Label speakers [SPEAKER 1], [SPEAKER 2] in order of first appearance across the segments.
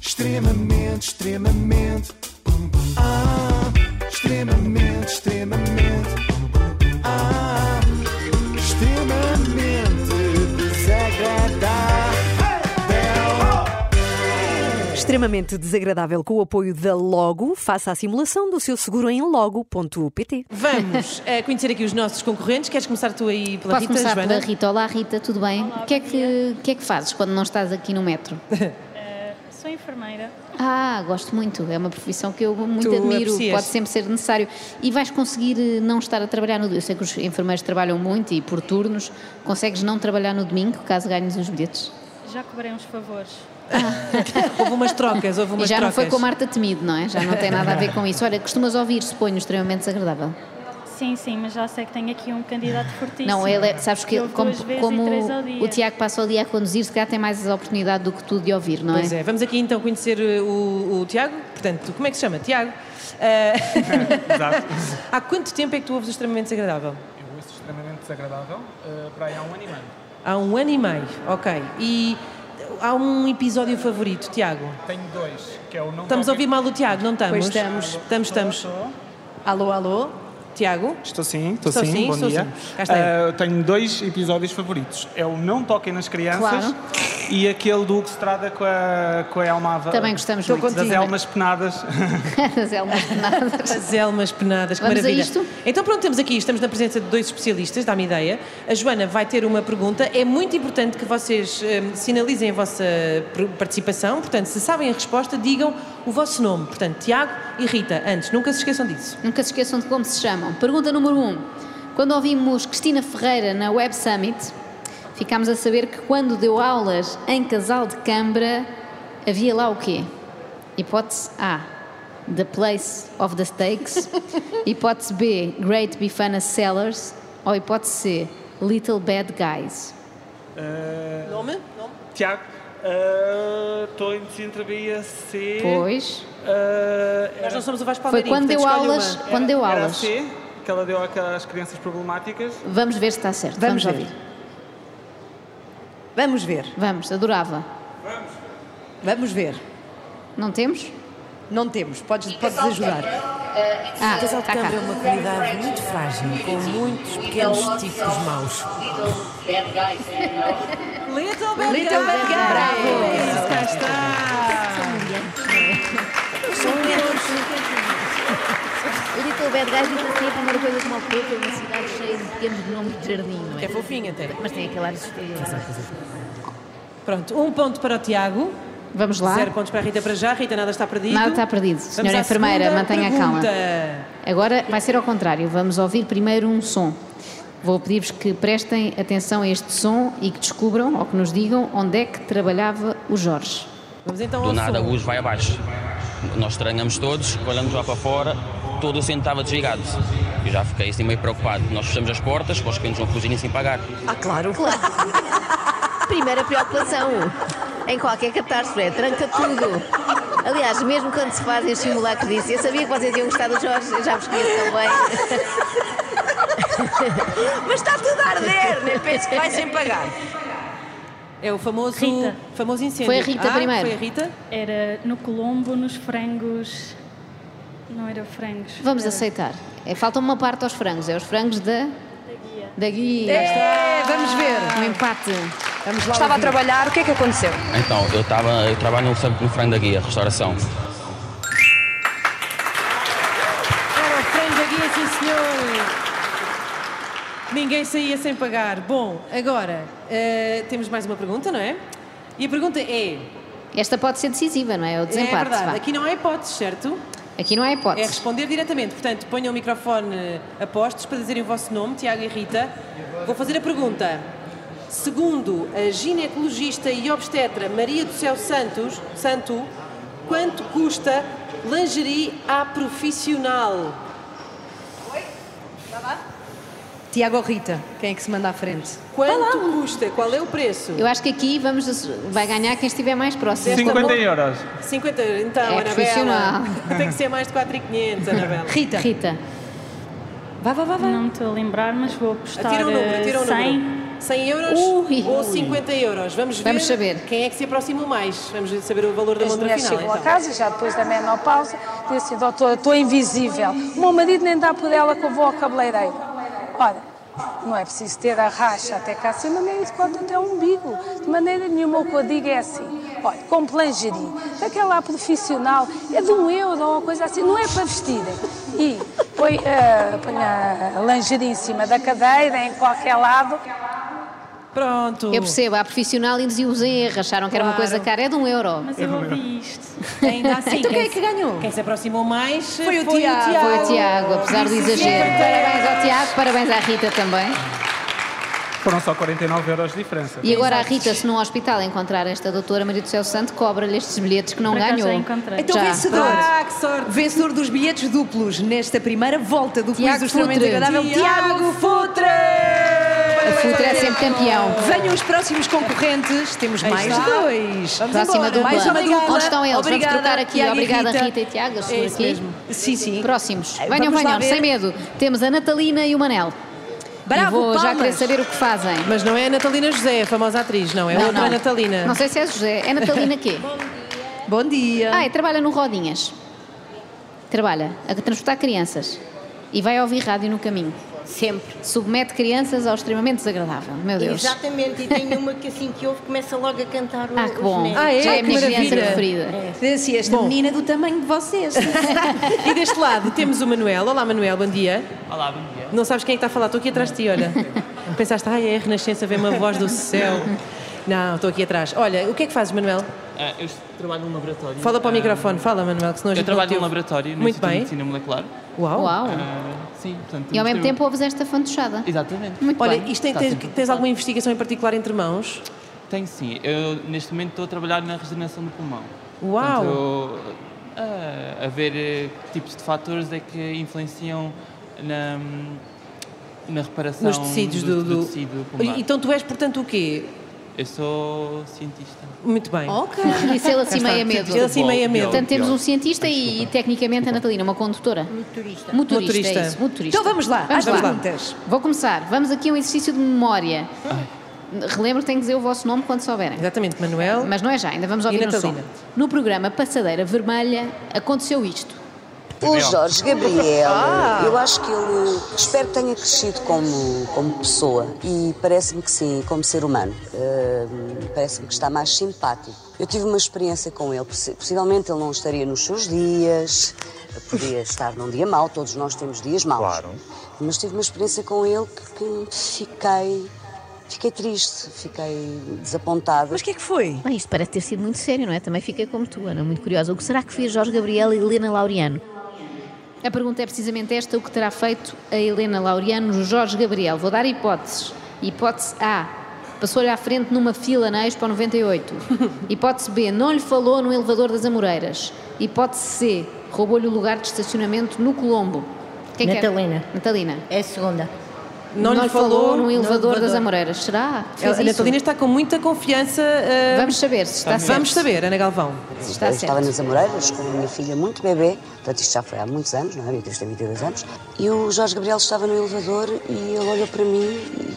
[SPEAKER 1] Extremamente, extremamente. Ah, extremamente, extremamente. Ah, extremamente desagradável.
[SPEAKER 2] Extremamente desagradável com o apoio da Logo. Faça a simulação do seu seguro em logo.pt.
[SPEAKER 3] Vamos eh, conhecer aqui os nossos concorrentes. Queres começar tu aí pela
[SPEAKER 4] Posso
[SPEAKER 3] Rita,
[SPEAKER 4] começar
[SPEAKER 3] Joana?
[SPEAKER 4] pela Rita. Olá, Rita, tudo bem? O que, é que, o que é que fazes quando não estás aqui no metro?
[SPEAKER 5] Sou enfermeira.
[SPEAKER 4] Ah, gosto muito. É uma profissão que eu muito
[SPEAKER 3] Tu
[SPEAKER 4] admiro.
[SPEAKER 3] aprecias.
[SPEAKER 4] Pode sempre ser necessário. E vais conseguir eh, não estar a trabalhar no. Eu sei que os enfermeiros trabalham muito e por turnos. Consegues não trabalhar no domingo, caso ganhes os bilhetes?
[SPEAKER 5] Já cobrei uns favores.
[SPEAKER 3] Houve umas trocas, houve
[SPEAKER 4] e
[SPEAKER 3] umas
[SPEAKER 4] já não
[SPEAKER 3] trocas.
[SPEAKER 4] foi com a Marta Temido, não é? Já não tem nada a ver com isso. Olha, costumas ouvir, suponho, extremamente desagradável.
[SPEAKER 5] Sim, sim, mas já sei que tenho aqui um candidato fortíssimo.
[SPEAKER 4] Não, ele é, sabes que
[SPEAKER 5] Eu
[SPEAKER 4] como,
[SPEAKER 5] duas vezes
[SPEAKER 4] como
[SPEAKER 5] e três ao dia.
[SPEAKER 4] o Tiago passa o dia a conduzir, se calhar tem mais oportunidade do que tu de ouvir, não
[SPEAKER 3] Pois é, vamos aqui então conhecer eh, o, o Tiago. Portanto, como é que se chama? Tiago. Eh,
[SPEAKER 6] Exato.
[SPEAKER 3] há quanto tempo é que tu ouves o extremamente desagradável?
[SPEAKER 6] Eu ouço é extremamente desagradável eh, para aí há um ano e meio.
[SPEAKER 3] Há um ano e meio, ok. E há um episódio favorito, Tiago?
[SPEAKER 6] Tenho dois, que é o não
[SPEAKER 3] Estamos a ouvir
[SPEAKER 6] toquem-
[SPEAKER 3] mal o Tiago, não estamos?
[SPEAKER 2] Pois estamos.
[SPEAKER 3] Estamos, estamos.
[SPEAKER 6] Só-
[SPEAKER 3] Alô, alô? Tiago?
[SPEAKER 6] Estou sim, estou
[SPEAKER 3] Estou
[SPEAKER 6] sim,
[SPEAKER 3] sim,
[SPEAKER 6] bom
[SPEAKER 3] estou
[SPEAKER 6] dia.
[SPEAKER 3] sim. Cá está eu.
[SPEAKER 6] Ah, eu tenho dois episódios favoritos. É o Não Toquem nas Crianças
[SPEAKER 4] Claro.
[SPEAKER 6] e aquele do Hugo Estrada com a, com a Elmava.
[SPEAKER 4] Também gostamos
[SPEAKER 3] Estou
[SPEAKER 4] muito.
[SPEAKER 6] Das
[SPEAKER 3] contigo.
[SPEAKER 6] Elmas Penadas.
[SPEAKER 4] Das Elmas Penadas.
[SPEAKER 3] As elmas penadas, que
[SPEAKER 4] Vamos a
[SPEAKER 3] maravilha.
[SPEAKER 4] isto?
[SPEAKER 3] Então pronto, temos aqui, estamos na presença de dois especialistas, dá-me ideia. A Joana vai ter uma pergunta. É muito importante que vocês hum, sinalizem a vossa pr- participação. Portanto, se sabem a resposta, digam o vosso nome. Portanto, Tiago e Rita, antes, nunca se esqueçam disso.
[SPEAKER 4] Nunca se esqueçam de como se chamam. Pergunta número 1. Um. Quando ouvimos Cristina Ferreira na Web Summit, ficámos a saber que quando deu aulas em casal de Câmara, havia lá o quê? Hipótese A. The Place of the Stakes. hipótese B. Great Bifana Sellers. Ou hipótese C. Little Bad Guys.
[SPEAKER 6] Ah,
[SPEAKER 3] Nome? Nome?
[SPEAKER 6] Tiago, ah, estou indeciso entre a B e a C.
[SPEAKER 4] Pois.
[SPEAKER 6] Ah,
[SPEAKER 3] Nós não somos o Vasco
[SPEAKER 4] Foi
[SPEAKER 3] Palmeirinho,
[SPEAKER 4] quando deu
[SPEAKER 3] portanto, escolhe
[SPEAKER 4] aulas.
[SPEAKER 3] uma.
[SPEAKER 4] Quando deu
[SPEAKER 6] era a
[SPEAKER 4] aulas.
[SPEAKER 6] C, que ela deu àquelas crianças problemáticas.
[SPEAKER 4] Vamos ver se está certo.
[SPEAKER 2] Vamos
[SPEAKER 4] Vamos,
[SPEAKER 2] ver.
[SPEAKER 4] ouvir.
[SPEAKER 2] Vamos ver,
[SPEAKER 4] Vamos, adorava.
[SPEAKER 2] vamos ver.
[SPEAKER 4] Não temos?
[SPEAKER 2] Não temos, podes, podes
[SPEAKER 7] Então,
[SPEAKER 2] ajudar.
[SPEAKER 4] Ah,
[SPEAKER 7] A Casal de
[SPEAKER 4] está cá.
[SPEAKER 7] Câmara é uma comunidade muito frágil, com muitos pequenos tipos maus.
[SPEAKER 3] Little Bad
[SPEAKER 2] Little Bad
[SPEAKER 3] Guys.
[SPEAKER 2] Guys.
[SPEAKER 3] Isso, cá está.
[SPEAKER 8] O Little Bad Guys diz assim a primeira coisa que me ocorreu foi uma cidade cheia de pequenos nomes de jardim, não
[SPEAKER 3] Que é
[SPEAKER 8] é?
[SPEAKER 3] fofinho até.
[SPEAKER 8] Mas tem aquele ar assustador.
[SPEAKER 3] Pronto, um ponto para o Tiago,
[SPEAKER 4] Vamos lá.
[SPEAKER 3] zero pontos para a Rita para já. Rita, nada está perdido.
[SPEAKER 4] Nada está perdido.
[SPEAKER 3] Vamos
[SPEAKER 4] Senhora
[SPEAKER 3] à
[SPEAKER 4] enfermeira,
[SPEAKER 3] segunda
[SPEAKER 4] mantenha a calma.
[SPEAKER 3] pergunta.
[SPEAKER 4] Agora vai ser ao contrário. Vamos ouvir primeiro um som. Vou pedir-vos que prestem atenção a este som e que descubram ou que nos digam onde é que trabalhava o Jorge.
[SPEAKER 3] Vamos então ao
[SPEAKER 9] Do nada,
[SPEAKER 3] som.
[SPEAKER 9] o luz vai abaixo. Nós estranhamos todos, olhamos lá para fora, todo o centro estava desligado. Eu já fiquei assim meio preocupado. Nós fechamos as portas, para os clientes vão fugirem sem pagar.
[SPEAKER 7] Ah, claro.
[SPEAKER 8] Primeira preocupação em qualquer catástrofe é tranca tudo. Aliás, mesmo quando se fazem os simulacros disso, eu sabia que vocês iam gostar do Jorge, eu já vos conheço tão bem.
[SPEAKER 7] Mas está tudo a arder,
[SPEAKER 8] né?
[SPEAKER 7] nem penso que vai sem pagar.
[SPEAKER 3] É o famoso,
[SPEAKER 5] Rita.
[SPEAKER 3] famoso incêndio.
[SPEAKER 4] Foi a Rita
[SPEAKER 3] Ah,
[SPEAKER 4] primeiro.
[SPEAKER 3] Foi a Rita.
[SPEAKER 5] Era no Colombo, nos frangos. Não era frangos.
[SPEAKER 4] Vamos
[SPEAKER 5] era...
[SPEAKER 4] aceitar. É, falta uma parte aos frangos. É os frangos da... Da guia.
[SPEAKER 2] É, vamos ver.
[SPEAKER 4] Um empate.
[SPEAKER 2] Vamos lá.
[SPEAKER 7] Estava a
[SPEAKER 2] ouvir.
[SPEAKER 7] trabalhar, o que é que aconteceu?
[SPEAKER 9] Então, eu, estava eu trabalho no, frango- no frango da guia, restauração.
[SPEAKER 3] Era o frango da guia, sim senhor. Ninguém saía sem pagar. Bom, agora eh, temos mais uma pergunta, não é? E a pergunta é:
[SPEAKER 4] Esta pode ser decisiva, não é? O
[SPEAKER 3] é
[SPEAKER 4] desempate.
[SPEAKER 3] verdade,
[SPEAKER 4] vá. Aqui...
[SPEAKER 3] aqui não há hipóteses, certo?
[SPEAKER 4] não há
[SPEAKER 3] É
[SPEAKER 4] hipótese.
[SPEAKER 3] responder diretamente. Portanto, ponham o microfone a postos para dizerem o vosso nome, Tiago e Rita. Vou fazer a pergunta. Segundo a ginecologista e obstetra Maria do Céu Santos, Santo, quanto custa lingerie à profissional?
[SPEAKER 2] Tiago ou Rita, quem é que se manda à frente?
[SPEAKER 3] Quanto custa? Qual é o preço?
[SPEAKER 4] Eu acho que aqui vamos, vai ganhar quem estiver mais próximo.
[SPEAKER 3] Esta
[SPEAKER 6] 50
[SPEAKER 3] mo-
[SPEAKER 6] euros.
[SPEAKER 3] 50, então,
[SPEAKER 4] É
[SPEAKER 3] Anabela.
[SPEAKER 4] profissional.
[SPEAKER 3] Tem que ser mais de 4,500, Anabela.
[SPEAKER 2] Rita.
[SPEAKER 4] Rita.
[SPEAKER 2] Vá, vá, vá, vá.
[SPEAKER 5] Não me estou a lembrar, mas vou apostar
[SPEAKER 3] Atira um número,
[SPEAKER 5] eh,
[SPEAKER 3] atira um número.
[SPEAKER 5] 100.
[SPEAKER 3] 100 euros
[SPEAKER 4] Ui.
[SPEAKER 3] ou 50 euros. Vamos ver
[SPEAKER 4] Vamos saber.
[SPEAKER 3] quem é que se aproxima o mais. Vamos saber o valor da
[SPEAKER 10] As
[SPEAKER 3] montra
[SPEAKER 10] mulheres
[SPEAKER 3] final.
[SPEAKER 10] chegam a
[SPEAKER 3] Então.
[SPEAKER 10] casa, já depois da menopausa, dizem assim, doutora, estou invisível. O meu marido nem dá por ela que eu vou ao cabeleireiro. Ora, não é preciso ter a racha até cá acima, nem isso quanto até o É um umbigo. De maneira nenhuma o que eu digo é assim, olha, com lingerie, daquela profissional, é de um euro ou uma coisa assim, não é para vestirem. E põe, ah, põe a lingerie em cima da cadeira, em qualquer lado,
[SPEAKER 3] Pronto.
[SPEAKER 4] Eu percebo, há profissional e desilusem, acharam que era uma
[SPEAKER 3] Claro.
[SPEAKER 4] coisa cara, é de um euro.
[SPEAKER 5] Mas eu ouvi isto.
[SPEAKER 3] Ainda assim,
[SPEAKER 4] Então quem é
[SPEAKER 3] se-
[SPEAKER 4] que ganhou?
[SPEAKER 3] Quem se aproximou mais
[SPEAKER 2] Foi o Tiago.
[SPEAKER 4] Foi o Tiago, apesar do
[SPEAKER 3] é
[SPEAKER 4] exagero. Parabéns ao Tiago, parabéns à Rita também.
[SPEAKER 11] Foram só 49 euros de diferença.
[SPEAKER 4] E agora a Rita, se num hospital encontrar esta doutora Maria do Céu Santo, cobra-lhe estes bilhetes que não
[SPEAKER 5] Por acaso
[SPEAKER 4] ganhou.
[SPEAKER 5] já encontrei.
[SPEAKER 2] Então,
[SPEAKER 4] Já.
[SPEAKER 2] vencedor.
[SPEAKER 3] Ah, que sorte.
[SPEAKER 2] Vencedor dos bilhetes duplos nesta primeira volta do Quiz
[SPEAKER 4] Tiago
[SPEAKER 2] do Extremamente
[SPEAKER 4] Futre.
[SPEAKER 2] Agradável, Tiago Futre!
[SPEAKER 4] A Futre é sempre campeão.
[SPEAKER 2] Venham os próximos concorrentes, temos
[SPEAKER 3] Aí
[SPEAKER 2] mais
[SPEAKER 3] está.
[SPEAKER 2] dois.
[SPEAKER 3] Vamos
[SPEAKER 4] Próxima
[SPEAKER 3] embora.
[SPEAKER 4] dupla.
[SPEAKER 2] Mais uma
[SPEAKER 4] Onde
[SPEAKER 2] dupla.
[SPEAKER 4] estão eles?
[SPEAKER 2] Obrigada,
[SPEAKER 4] Vamos trocar aqui.
[SPEAKER 2] Tiago e
[SPEAKER 4] Obrigada,
[SPEAKER 2] Rita.
[SPEAKER 4] Rita, e Tiago. Eles
[SPEAKER 3] É
[SPEAKER 4] estão
[SPEAKER 3] isso
[SPEAKER 4] aqui.
[SPEAKER 3] mesmo.
[SPEAKER 2] Sim, sim.
[SPEAKER 4] Próximos.
[SPEAKER 2] Eh,
[SPEAKER 4] Venham,
[SPEAKER 2] vamos lá
[SPEAKER 4] venham,
[SPEAKER 2] ver.
[SPEAKER 4] sem medo. Temos a Natalina e o Manel.
[SPEAKER 2] Bravo,
[SPEAKER 4] e vou já
[SPEAKER 2] palmas.
[SPEAKER 4] querer saber o que fazem.
[SPEAKER 3] Mas não é a Natalina José, a famosa atriz, não. É
[SPEAKER 4] Não,
[SPEAKER 3] outra
[SPEAKER 4] não.
[SPEAKER 3] Natalina.
[SPEAKER 4] Não sei se é José. É Natalina quê?
[SPEAKER 2] Bom dia.
[SPEAKER 4] Ah, e trabalha no Rodinhas. Trabalha a transportar crianças. E vai ouvir rádio no caminho.
[SPEAKER 7] Sempre.
[SPEAKER 4] Submete crianças ao extremamente desagradável. Meu Deus.
[SPEAKER 7] Exatamente. E tem uma que assim que ouve começa logo a cantar o
[SPEAKER 4] Ah, que bom.
[SPEAKER 7] genérico.
[SPEAKER 2] Ah, é?
[SPEAKER 4] Já é a
[SPEAKER 2] Que
[SPEAKER 4] minha
[SPEAKER 2] maravilha.
[SPEAKER 4] criança preferida.
[SPEAKER 3] É.
[SPEAKER 2] Desse assim, esta menina é do tamanho de vocês.
[SPEAKER 3] E deste lado temos o Manuel. Olá, Manuel, bom dia.
[SPEAKER 9] Olá, bom dia.
[SPEAKER 3] Não sabes quem é que está a falar, estou aqui atrás de ti, olha. Pensaste, ai, é a Renascença, vem uma voz do céu. Não, estou aqui atrás. Olha, o que é que fazes, Manuel?
[SPEAKER 9] Ah, eu trabalho num laboratório.
[SPEAKER 3] Fala para o
[SPEAKER 9] Ah,
[SPEAKER 3] microfone, fala, Manuel, que senão a
[SPEAKER 9] Eu
[SPEAKER 3] gente
[SPEAKER 9] trabalho
[SPEAKER 3] não
[SPEAKER 9] num
[SPEAKER 3] te ouve.
[SPEAKER 9] laboratório no
[SPEAKER 3] Muito
[SPEAKER 9] Instituto de
[SPEAKER 3] bem.
[SPEAKER 9] Medicina Molecular.
[SPEAKER 3] Uau.
[SPEAKER 4] Uau.
[SPEAKER 9] Ah, sim, portanto.
[SPEAKER 4] E ao
[SPEAKER 9] temos
[SPEAKER 4] mesmo
[SPEAKER 9] de-
[SPEAKER 4] tempo ouves esta fantochada.
[SPEAKER 9] Exatamente.
[SPEAKER 4] Muito
[SPEAKER 3] Olha,
[SPEAKER 4] bem.
[SPEAKER 3] isto tem,
[SPEAKER 9] Está
[SPEAKER 3] tens,
[SPEAKER 9] sempre
[SPEAKER 3] tens alguma investigação em particular entre mãos?
[SPEAKER 9] Tenho sim. Eu neste momento estou a trabalhar na regeneração do pulmão.
[SPEAKER 3] Uau.
[SPEAKER 9] Portanto, eu, ah, a ver eh, que tipos de fatores é que influenciam na, na reparação
[SPEAKER 3] Nos tecidos do,
[SPEAKER 9] do tecido pulmonar.
[SPEAKER 3] Então tu és, portanto, o quê?
[SPEAKER 9] Eu sou cientista.
[SPEAKER 3] Muito bem.
[SPEAKER 2] Ok.
[SPEAKER 4] Isso ele assim meio a medo.
[SPEAKER 3] Ele assim meio a medo.
[SPEAKER 4] Portanto, temos um cientista e, tecnicamente, a Natalina, uma condutora. Motorista. Motorista,
[SPEAKER 3] Motorista.
[SPEAKER 4] é isso, motorista.
[SPEAKER 2] Então vamos lá, às
[SPEAKER 4] Vamos lá.
[SPEAKER 2] perguntas.
[SPEAKER 4] Vou começar. Vamos aqui a um exercício de memória. Relembro que tenho que dizer o vosso nome quando souberem.
[SPEAKER 3] Exatamente, Manuel.
[SPEAKER 4] Mas não é já, ainda vamos ouvir no som.
[SPEAKER 3] Natalina?
[SPEAKER 4] No programa Passadeira Vermelha aconteceu isto.
[SPEAKER 10] O Jorge Gabriel,
[SPEAKER 2] Ah.
[SPEAKER 10] eu acho que ele, espero que tenha crescido como, como pessoa e parece-me que sim, como ser humano. Hum, parece-me que está mais simpático. Eu tive uma experiência com ele, possi- possivelmente ele não estaria nos seus dias, podia estar num dia mau, todos nós temos dias maus. Claro. Mas tive uma experiência com ele que, que fiquei, fiquei triste, fiquei desapontada.
[SPEAKER 2] Mas o que é que foi?
[SPEAKER 8] Bem, isto parece ter sido muito sério, não é? Também fiquei como tu, Ana, muito curiosa. O que será que fez Jorge Gabriel e Helena Laureano?
[SPEAKER 4] A pergunta é precisamente esta: o que terá feito a Helena Laureano no Jorge Gabriel? Vou dar hipóteses. Hipótese A. Passou-lhe à frente numa fila na Expo 98. Hipótese B. Não lhe falou no elevador das Amoreiras. Hipótese C. Roubou-lhe o lugar de estacionamento no Colombo. Quem quer?
[SPEAKER 7] Natalina.
[SPEAKER 4] Natalina.
[SPEAKER 7] É a segunda.
[SPEAKER 3] Não, lhe falou.
[SPEAKER 4] no elevador das
[SPEAKER 7] elevador.
[SPEAKER 4] Amoreiras. Será? que
[SPEAKER 3] Ela-
[SPEAKER 4] fez
[SPEAKER 3] a
[SPEAKER 4] isso?
[SPEAKER 3] Natalina está com muita confiança. ah,
[SPEAKER 4] Vamos saber se está certo.
[SPEAKER 3] vamos saber, Ana Galvão.
[SPEAKER 4] se está
[SPEAKER 10] eu
[SPEAKER 4] certo.
[SPEAKER 10] estava nas Amoreiras com a minha filha muito bebê, portanto isto já foi há muitos anos, não é? Beatriz tem 22 anos. E o Jorge Gabriel estava no elevador e ele olhou para mim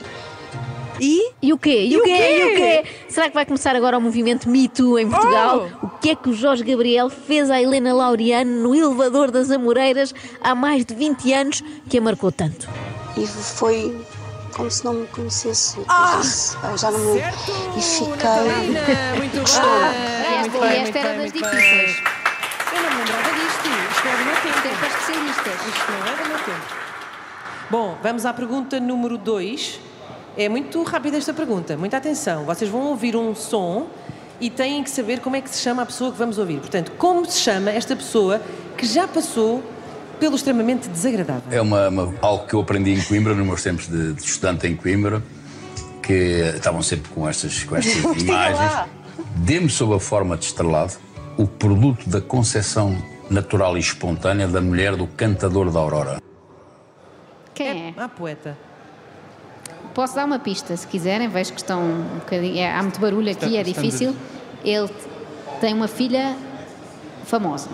[SPEAKER 10] e
[SPEAKER 2] E?
[SPEAKER 8] E o quê? E,
[SPEAKER 2] o quê?
[SPEAKER 8] E o quê? Será que vai começar agora o movimento Me Too em Portugal? O que é que o Jorge Gabriel fez à Helena Laureano no elevador das Amoreiras há mais de 20 anos que a marcou tanto?
[SPEAKER 10] E foi como se não me conhecesse. Eu disse, "Ah, já não me lembro. E fiquei.
[SPEAKER 3] Natalina, muito bem.
[SPEAKER 4] Ah, E esta, e esta era das difíceis.
[SPEAKER 3] Eu não me lembrava disto. Isto é do meu tempo.
[SPEAKER 4] Tem para especialistas.
[SPEAKER 3] Isto não é do meu tempo. Bom, vamos à pergunta número 2. É muito rápida esta pergunta, muita atenção. Vocês vão ouvir um som e têm que saber como é que se chama a pessoa que vamos ouvir. Portanto, como se chama esta pessoa que já passou pelo extremamente desagradável?
[SPEAKER 1] É uma, uma- algo que eu aprendi em Coimbra, nos meus tempos de, de estudante em Coimbra, que estavam sempre com estas, com estas imagens. Dê-me, sob a forma de estrelado, o produto da concepção natural e espontânea da mulher do cantador da aurora.
[SPEAKER 4] Quem é?
[SPEAKER 3] Ah, poeta.
[SPEAKER 4] Posso dar uma pista, se quiserem. Vejo que estão um bocadinho. é, há muito barulho aqui, é
[SPEAKER 9] estamos-
[SPEAKER 4] difícil. Ele tem uma filha famosa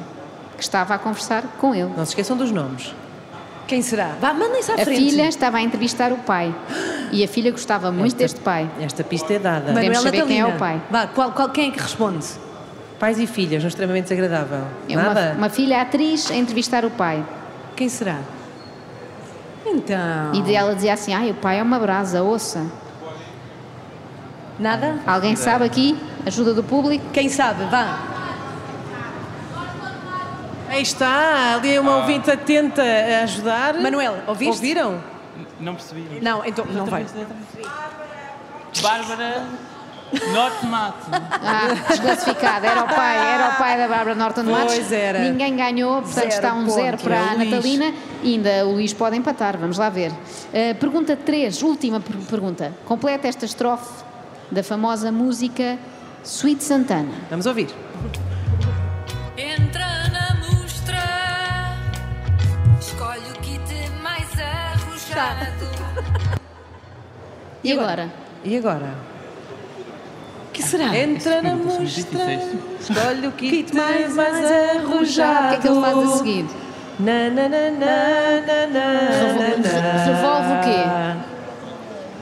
[SPEAKER 4] que estava a conversar com ele.
[SPEAKER 3] Não se esqueçam dos nomes.
[SPEAKER 2] Quem será? Vá, mandem-se à
[SPEAKER 4] A
[SPEAKER 2] frente.
[SPEAKER 4] filha estava a entrevistar o pai. E a filha gostava muito deste pai.
[SPEAKER 3] Esta pista é dada.
[SPEAKER 4] Podemos saber quem é o pai.
[SPEAKER 3] Vá, qual, qual, quem é que responde? Pais e filhas, não extremamente desagradável.
[SPEAKER 4] É
[SPEAKER 3] Nada?
[SPEAKER 4] uma, uma filha atriz a entrevistar o pai.
[SPEAKER 10] Quem será? Então.
[SPEAKER 4] E ela dizia assim: ai, o pai é uma brasa, ouça.
[SPEAKER 10] Nada?
[SPEAKER 4] Alguém sabe aqui? Ajuda do público?
[SPEAKER 10] Quem sabe? Vá.
[SPEAKER 3] Aí está, ali é uma
[SPEAKER 6] Ah.
[SPEAKER 3] ouvinte atenta a ajudar.
[SPEAKER 10] Manuel, ouviste?
[SPEAKER 3] Ouviram?
[SPEAKER 6] Não percebi.
[SPEAKER 10] Não, então não vai.
[SPEAKER 6] Bárbara Norte Mato.
[SPEAKER 4] Ah, desclassificado. Era o pai, era o pai da Bárbara Norton de Matos.
[SPEAKER 3] Pois era.
[SPEAKER 4] Ninguém ganhou, portanto
[SPEAKER 3] Zero
[SPEAKER 4] está um
[SPEAKER 3] ponto. É
[SPEAKER 4] zero para a
[SPEAKER 3] O Luís.
[SPEAKER 4] Natalina. E ainda o Luís pode empatar, vamos lá ver. Ah, pergunta 3, última per- pergunta. Completa esta estrofe da famosa música Sweet Santana.
[SPEAKER 3] Vamos ouvir.
[SPEAKER 12] Entra na mostra, escolhe o kit mais arrojado.
[SPEAKER 4] E agora?
[SPEAKER 3] E agora?
[SPEAKER 10] que será?
[SPEAKER 3] Entra
[SPEAKER 6] é
[SPEAKER 3] na mostra, escolhe o kit mais, mais arrojado.
[SPEAKER 4] O que é que ele faz a seguir?
[SPEAKER 3] Na, na, na, na, na, na, na.
[SPEAKER 4] Revolve o quê?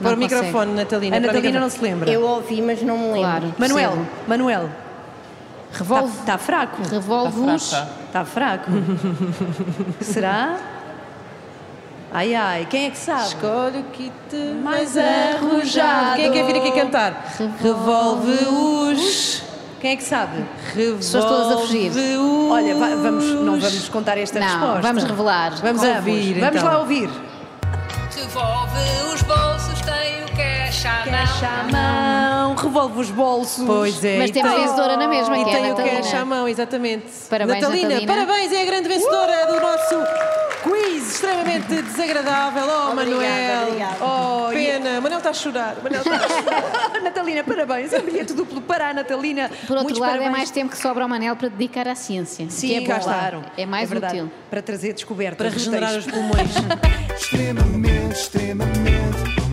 [SPEAKER 3] Para o
[SPEAKER 4] Não
[SPEAKER 3] microfone, Natalina.
[SPEAKER 10] A
[SPEAKER 3] para o
[SPEAKER 10] Natalina
[SPEAKER 3] microfone.
[SPEAKER 10] não se lembra.
[SPEAKER 8] Eu ouvi, mas não me lembro.
[SPEAKER 4] Claro.
[SPEAKER 10] Manuel,
[SPEAKER 4] percebo.
[SPEAKER 10] Manuel.
[SPEAKER 4] Revolve.
[SPEAKER 3] tá,
[SPEAKER 10] Está fraco.
[SPEAKER 4] Revolve-os.
[SPEAKER 10] Está fraco. será? Ai ai, quem é que sabe?
[SPEAKER 3] Escolhe o kit
[SPEAKER 10] mais
[SPEAKER 3] mais
[SPEAKER 10] arrojado.
[SPEAKER 3] arrojado. Quem é que quer vir aqui cantar? Revolve-os.
[SPEAKER 10] Quem é que sabe?
[SPEAKER 4] Pessoas todas a fugir.
[SPEAKER 10] Olha, va- vamos, não vamos contar esta
[SPEAKER 4] Não,
[SPEAKER 10] resposta.
[SPEAKER 4] vamos revelar.
[SPEAKER 10] Vamos
[SPEAKER 4] Vamos,
[SPEAKER 10] ouvir. Vamos
[SPEAKER 4] então.
[SPEAKER 10] lá ouvir.
[SPEAKER 12] Revolve os bolsos, tem o é cash à mão.
[SPEAKER 10] Chamão, é revolve os bolsos.
[SPEAKER 3] Pois é.
[SPEAKER 4] Mas
[SPEAKER 3] e
[SPEAKER 4] temos
[SPEAKER 3] tem-
[SPEAKER 4] vencedora na mesma,
[SPEAKER 3] E
[SPEAKER 4] que é a
[SPEAKER 3] tem o
[SPEAKER 4] Natalina.
[SPEAKER 3] cash à mão, exatamente.
[SPEAKER 4] Parabéns, Natalina.
[SPEAKER 3] Parabéns, é a grande vencedora do nosso quiz extremamente desagradável. Oh, Manuel.
[SPEAKER 10] obrigada.
[SPEAKER 3] Oh, pena. Manuel está a chorar. Manuel está a chorar.
[SPEAKER 10] Natalina, parabéns. É um bilhete duplo para a Natalina.
[SPEAKER 4] Por outro
[SPEAKER 10] Muitos
[SPEAKER 4] lado,
[SPEAKER 10] parabéns.
[SPEAKER 4] é mais tempo que sobra ao Manel para dedicar à ciência.
[SPEAKER 10] Sim,
[SPEAKER 4] que é bom.
[SPEAKER 10] cá está.
[SPEAKER 4] É mais
[SPEAKER 10] É verdade.
[SPEAKER 4] útil.
[SPEAKER 10] Para trazer descobertas.
[SPEAKER 3] Para regenerar
[SPEAKER 10] úteis.
[SPEAKER 3] os pulmões.
[SPEAKER 13] Extremamente, extremamente.